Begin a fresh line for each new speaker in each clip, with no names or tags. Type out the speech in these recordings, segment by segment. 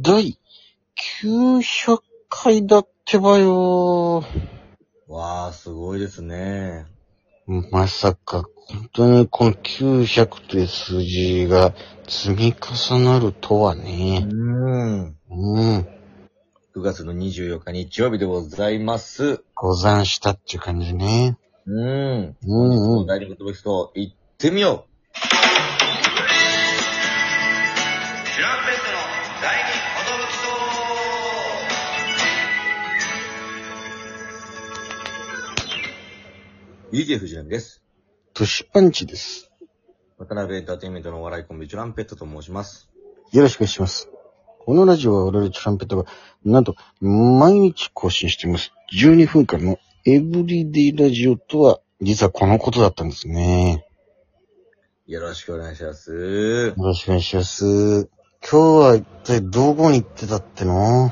第900回だってばよー。
わあ、すごいですね。
まさか、本当にこの900という数字が積み重なるとは
う
ね。う
ん。
ん。
9月の24日日曜日でございます。
ござんしたっていう感じね。
うん。
うんうん。
第二言武器と行ってみよ
シュランペットの第二寿
う !DJ 藤波です。
プッシュパンチです。
渡辺エンターテインメントのお笑いコンビ、チュランペットと申します。
よろしくお願いします。このラジオは我々チュランペットが、なんと、毎日更新しています。12分間のエブリデイラジオとは、実はこのことだったんですね。
よろしくお願いします。
よろしくお願いします。今日は一体どこに行ってたっての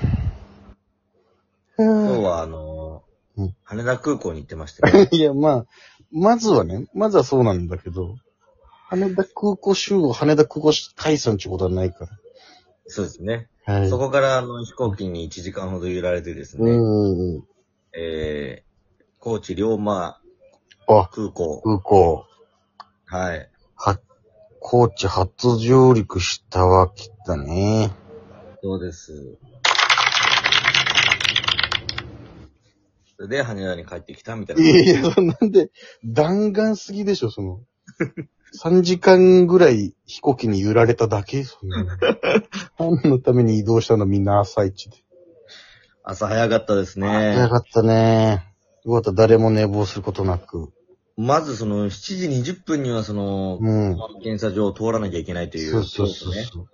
今日は、あのー
うん
羽田空港に行ってましたよ。
いや、まあ、まずはね、まずはそうなんだけど、羽田空港集合、羽田空港解散ってことはないか
そうですね。
ら。は
そこから、あの、飛行機に1時間ほど揺られてです
う
ね、
んうん。
えー、高知龍馬
あ、
空港、
空港。
はい。
は、高知初上陸したわけだね。
そうです。それで、羽田に帰ってきたみたい
い
な。
やいや、そんなんで、弾丸すぎでしょ、そ の。3時間ぐらい飛行機に揺られただけそんな。何のために移動したのみんな朝一で。
朝早かったです
早
ね。
かったね。よかった、誰も寝坊することなく。
まずその、7時20分にはその、
うん。
検査場を通らなきゃいけないという。
そうそうそう
ね。
そう。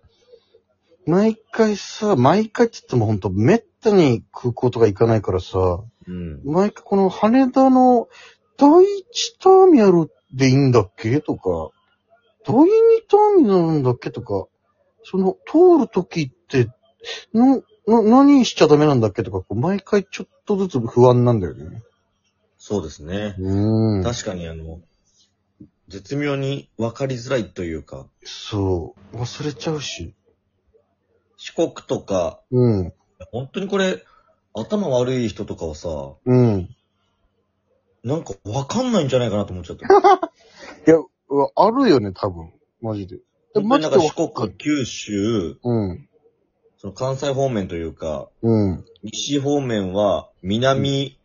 毎回さ、毎回って言ってもほんと、めったに空港とか行かないからさ、
うん。
毎回この羽田の第一ターミナルでいいんだっけとか、第二ターミナルなんだっけとか、その通るときって、の、の、何しちゃダメなんだっけとか、こう毎回ちょっとずつ不安なんだよね。
そうですね。
うん。
確かにあの、絶妙に分かりづらいというか、
そう。忘れちゃうし。
四国とか、
うん。
本当にこれ、頭悪い人とかはさ、
うん。
なんか分かんないんじゃないかなと思っちゃった。
いや、うわあるよね、多分。マジで。え
本当になんか
わ
四国、九州、
うん。
その関西方面というか、
うん。
西方面は、南、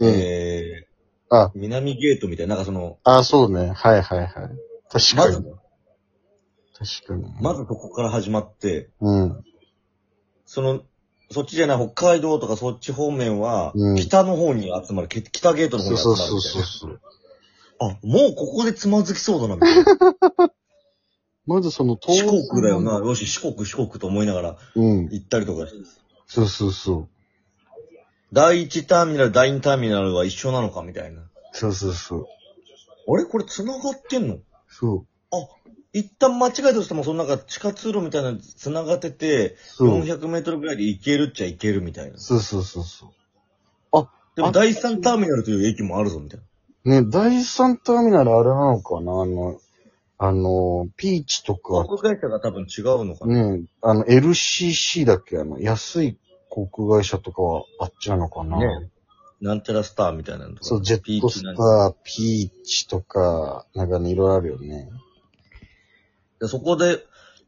うん。
えー、
あ
南ゲートみたいな、なんかその、
あ、そうね。はいはいはい。確
ま
か
ず
に。、確かに。
まずここから始まって、
うん。
その、そっちじゃない北海道とかそっち方面は
うん、
北の方に集まる、け北ゲートの方
そう
に集
そう
まるみたいな。
そうそうそう。
あ、もうここでつまずきそうだな、みたいな。
ま ずその
四国だよ。な、よし、四国、四国と思いながら
うん。
行ったりとかして。
そうそうそう。
第一ターミナル、第二ターミナルは一緒なのか、みたいな。
そうそうそう。
あれこれ繋がってんの
そう。
一旦間違えたとしても、そのなんか地下通路みたいなの繋がってて、
そう。
400メートルぐらいで行けるっちゃ行けるみたいな。
そうそうそうそ
でも
あ
第3ターミナルという駅もあるぞ、みたいな。
う。ね、第三ターミナルあれなのかなあの、あの、ピーチと
航
か、
空会社が多分違うのかな。
ね、あの、LCC だっけあの、安い航空会社とかはあっちなのかな
ねなんちゃらスターみたいなのとか。
そう、ジェットスタ
ピーチなん
ー、ピーチとか、なんかね、いろいろあるよね。
でそこで、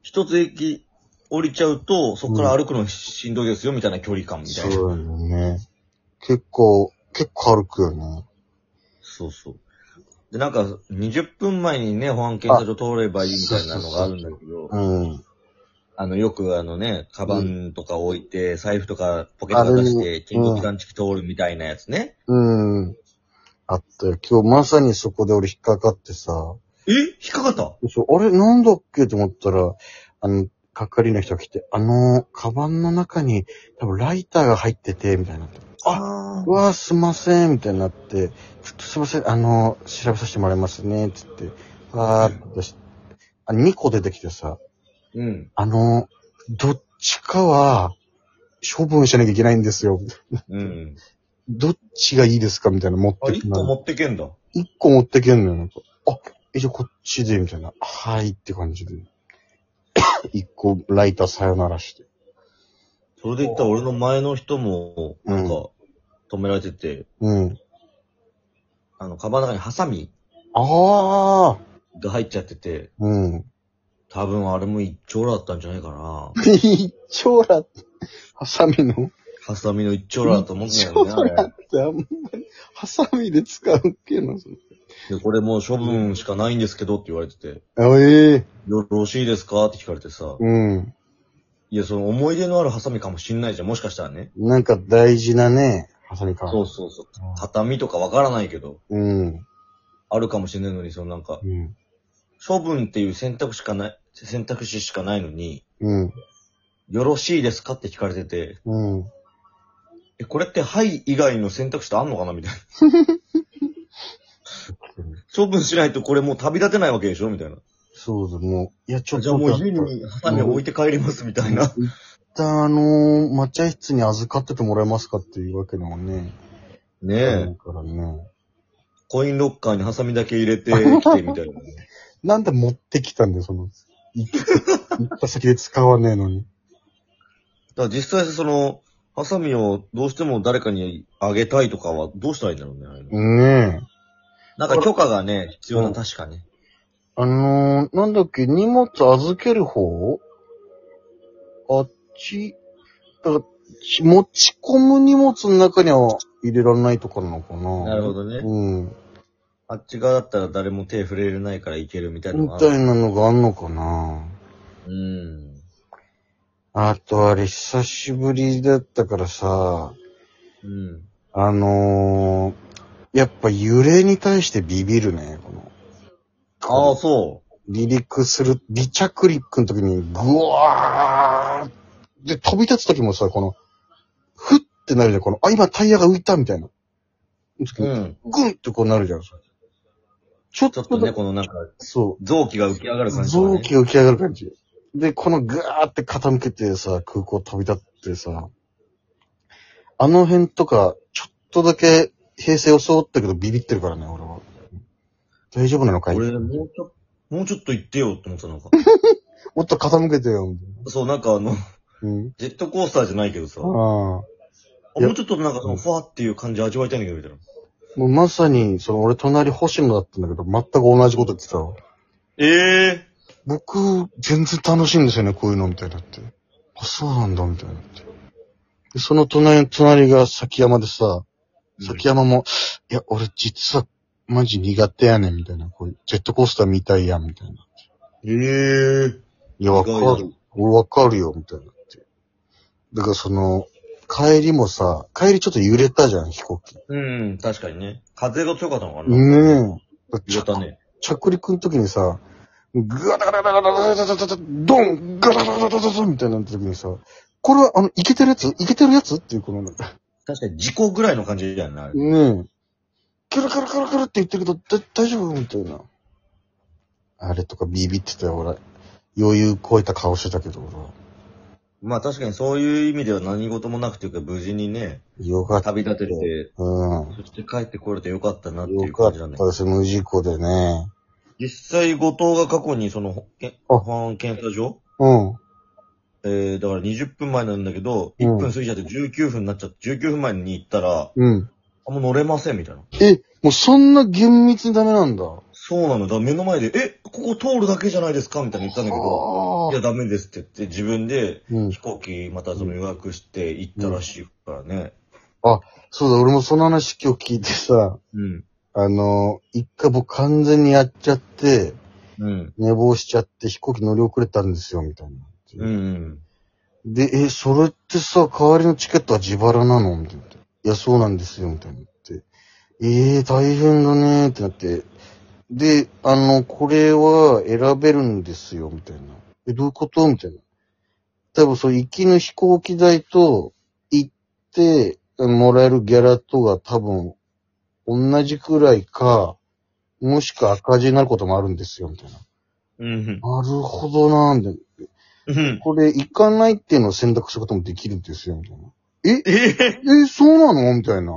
一つ駅降りちゃうと、そこから歩くのしんどいですよ、みたいな距離感みたいな。
そうだよね。結構、結構歩くよね。
そうそう。で、なんか、20分前にね、保安検査所通ればいいみたいなのがあるんだけど、
うん。
あの、よくあのね、カバンとか置いて、財布とかポケット出し
あれ
て、金
うん
属探知機通るみたいなやつね。
うん。あったよ。今日まさにそこで俺引っかかってさ、
え引っかかった
そう、あれなんだっけと思ったら、あの、係の人が来て、あの、カバンの中に多分ライターが入ってて、みたいになって。
あ
うわあ、すいません、みたいになって、ちょっとすいません、あの、調べさせてもらいますね、つって、わーっとし、あ、2個出てきてさ、
うん。
あの、どっちかは、処分しなきゃいけないんですよ。
うん。
どっちがいいですかみたいな持っ
あ、
て
一個持ってけんだ。
1個持ってけんのよ、なんか。あ、え、じゃあこっちで、みたいな。はいって感じで。1個ライターさよならして。
それで言ったら俺の前の人も、
うん
なんか、止められてて、
うん。
あの、カバンの中にハサミ
ああ。
が入っちゃってて、
うん。
多分あれも一丁羅だったんじゃないかな。
一丁羅、ハサミの
ハサミの一丁羅だと思うんだ
一
よ
丁
ね
羅
あれ
ってあんまり、ハサミで使うっけな、それ。
で、これもう処分しかないんですけどって言われてて、
あええ
よろしいですかって聞かれてさ、
うん。
いや、その思い出のあるハサミかもしんないじゃん、もしかしたらね。
なんか大事なね、ハサミか。
そうそうそう。畳とかわからないけど、
うん。
あるかもしれないのに、そのなんか、
うん。
処分っていう選択しかない、選択肢しかないのに、
うん。
よろしいですかって聞かれてて、
うん。
え、これってはい以外の選択肢ってあんのかな みたいな。処分しないとこれもう旅立てないわけでしょみたいな。
そうだ、もう。いや、ちょっと。
じゃあもう家にハサミを置いて帰りますみたいな。
一旦あのー、抹茶室に預かっててもらえますかっていうわけでもね。
ね
え
え、
からね。
コインロッカーにハサミだけ入れ てきてみたいなね。
なんで持ってきたんだよ、その。行った先で使わねえのに。
だから実際その、ハサミをどうしても誰かにあげたいとかはどうしたらいいんだろうねあれね。
ねえ。
なんか許可がね、必要
う
な、
ん
確かね。
あのー、なんだっけ、荷物預ける方あっち、だからち持ち込む荷物の中には入れられないとかなのかな。
なるほどね。
うん。
あっち側だったら誰も手触れれないからいけるみたいなの
み
があ
た
る。
いなのがあんのかな。
うん。
あとあれ、久しぶりだったからさ、
うん。
あのー、やっぱ揺れに対してビビるね、この。
ああ、そ
離陸する、離着陸の時に、ぐわーで、飛び立つ時もさ、この、ふってなるじゃん、この、あ、今タイヤが浮いたみたいな。
う。うん。
ぐんってこうなるじゃん、それちょっ
ちょ
と
っとね、
だ
このなんか、
そ
臓器が浮き上がる
う、
感じ、ね。
臓器が浮き上がる感じ。で、このぐわーって傾けてさ、空港飛び立ってさ、あの辺とか、ちょっとだけ平成装ったけどビビってるからね、俺は。大丈夫なのかい
俺、もうちょっと、もうちょっと行ってよって思ってたのか。
もっと傾けてよ、みたい
そう、なんかあの、
な。うん。
ジェットコースターじゃないけどさ、あも
ああ。いうや
ちょっとなんかその、ふわっていう感じ味わいたいんだけど、みたいな。
もうまさに、その俺隣星野だったんだけど、全く同じこと言ってたわ。
ええ
僕、全然楽しいんですよね、こういうの、みたいになって。あ、そうなんだ、みたいになって。でその隣の隣が崎山でさ、
うん
崎山も、いや、俺実は、マジ苦手やねん、みたいな。こういうジェットコースター見たいやん、みたいな。
ええ
いや、わか
意外だ
る。俺わかるよ、みたいになって。だからその、帰りもさ、帰りちょっと揺れたじゃん、飛行機。
うん、確かにね。風が強かったのかな。
ねえ。
揺れたね。
着陸の時にさ、ガラガラガラガラガラガラガラドンガラガラガラガラガラみたいになった時にさ、これはあの、いけてるやついけてるやつっていうこの、ね
確かに事故ぐらいの感じだよね、あれ。
え。キャラキャラキャラキャラって言ってるけど、だ大丈夫みたいな。あれとかビビってたよ、俺。余裕超えた顔してたけど、俺は。
まあ確かにそういう意味では何事もなくというか、無事にね、
よかった。
旅立てて、
うん。
そして帰ってこれてよかったなってい
よ
う
か
感
っ
じだね
た。です、無事故でね。
実際、後藤が過去にその保健、
あ
保安検査所
うん。
えー、だから20分前なんだけど、
うん
1分過ぎちゃって19分になっちゃって、19分前に行ったら、
うん。
あ、もう乗れません、みたいな。
え、もうそんな厳密にダメなんだ。
そうなの。だから目の前で、え、ここ通るだけじゃないですかみたいな言ったんだけど、
あ
いや、ダメですって言って、自分で
ーうん
飛。行機またその予約して行ったらしいからね。
そうだ、俺もその話今日聞いてさ、
うん。
あの、一回僕完全にやっちゃって、
うん。
寝坊しちゃって飛行機乗り遅れたんですよ、みたいな。
うん。うん。
で、え、それってさ、代わりのチケットは自腹なのみたいな。いや、そうなんですよ、みたいなって。ええー、大変だねーってなって。で、あの、これは選べるんですよ、みたいな。え、どういうことみたいな。多分そう、行きの飛行機代と、行って、もらえるギャラとが多分、同じくらいか、もしくは赤字になることもあるんですよ、みたいな。
うん。
なるほどなーみたいな。
うん。
これ、行かないっていうのを選択することもできるんですよ、みたいな。
ええ
え、そうなのみたいな。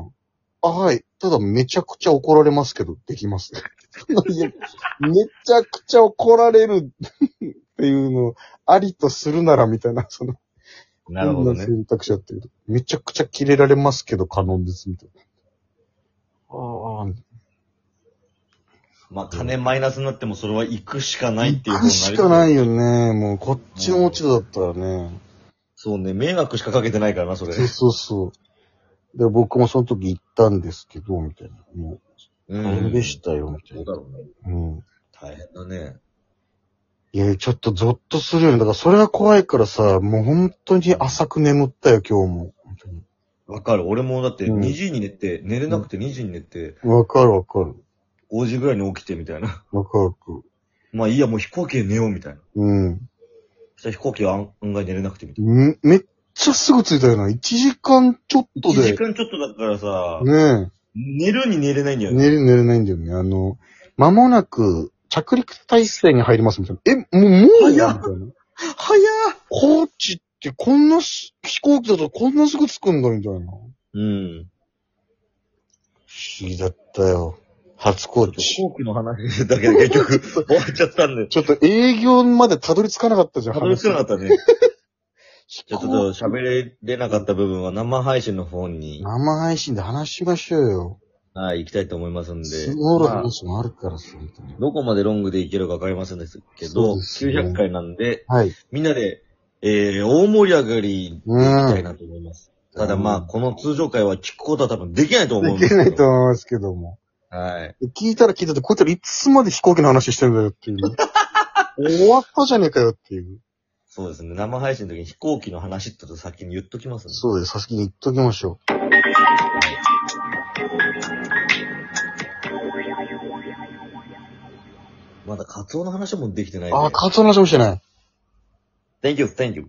あ、はい。ただ、めちゃくちゃ怒られますけど、できます。 いや、めちゃ くちゃ怒られるっていうのを、ありとするなら、みたいな、その、
なるほどね
こん。な選択肢あってる。めちゃくちゃ切れられますけど、可能です、みたいな。ああ、
まあ、金マイナスになってもそれは行くしかないっていう
行くしか
い。
ないよね。もう、こっちの落ち度だったらね。
そうね、迷惑しかかけてないからな、それ。
そうそうそう。で、僕もその時行ったんですけど、みたいな。も
う
う、あれでしたよ、みた
どう
い
だ
な。
ろうね。
うん。
大変だね。
いや、ちょっとゾッとするよね。だから、それが怖いからさ、もう本当に浅く眠ったよ、今日も。本当に
わかる。俺もだって
うん
2時に寝て、寝れなくて2時に寝て、
わかるわかる。
5時ぐらいに起きてみたいな。
わかるわかる。
まあいいや、もう飛行機で寝ようみたいな。
うん。
そしたら飛行機は案案外寝れなくてみたい
んめっちゃすぐ着いたよな。1時間ちょっ
な。
と
1時
で。
間ちょっとだからさ、
ね
寝るに寝れないんだ
え。
よね。
寝れ、寝れないんだよね。あの、間もなく着陸体制に入りますみたいな。え、もう、もう
早っ
みたいな。
早っ
高知ってこんなす飛行機だとこんなすぐ着くんだみたいな。不思
うん。
議だったよ。初高
飛
知。
行機の話だけで結 局終わっちゃったんで。
ちょっと営業までたどり着かなかったじゃん。
たどり着かなかったね。
話
ちょっと喋れれなかった部分は生配信の方に、
生配信で話しましょうよ。
はい、行きたいと思いますんで。
スモール
まあ
話もあるからさ、みたいな。
どこまでロングでいけるかわかりませんですけ
そ
ど、
うですね
900回なんで、
はい。
みんなで、えー、大盛り上がりでいきたいなと思います。
うん
ただまあ、この通常回は聞くことは多分できないと思うん
でき
ですけど。
ないと思いますけども。
はい。
聞いたら聞いたって、こいつらいつまで飛行機の話してんだよって いうね。終わったじゃねえかよっていう。
そうですね。生配信の時に飛行機の話ってこと先に言っときますね。
そうです。さっきに言っときましょ。
まだカツオの話もできてないうね、
あー、カツオの話もしてない。
Thank you, thank you.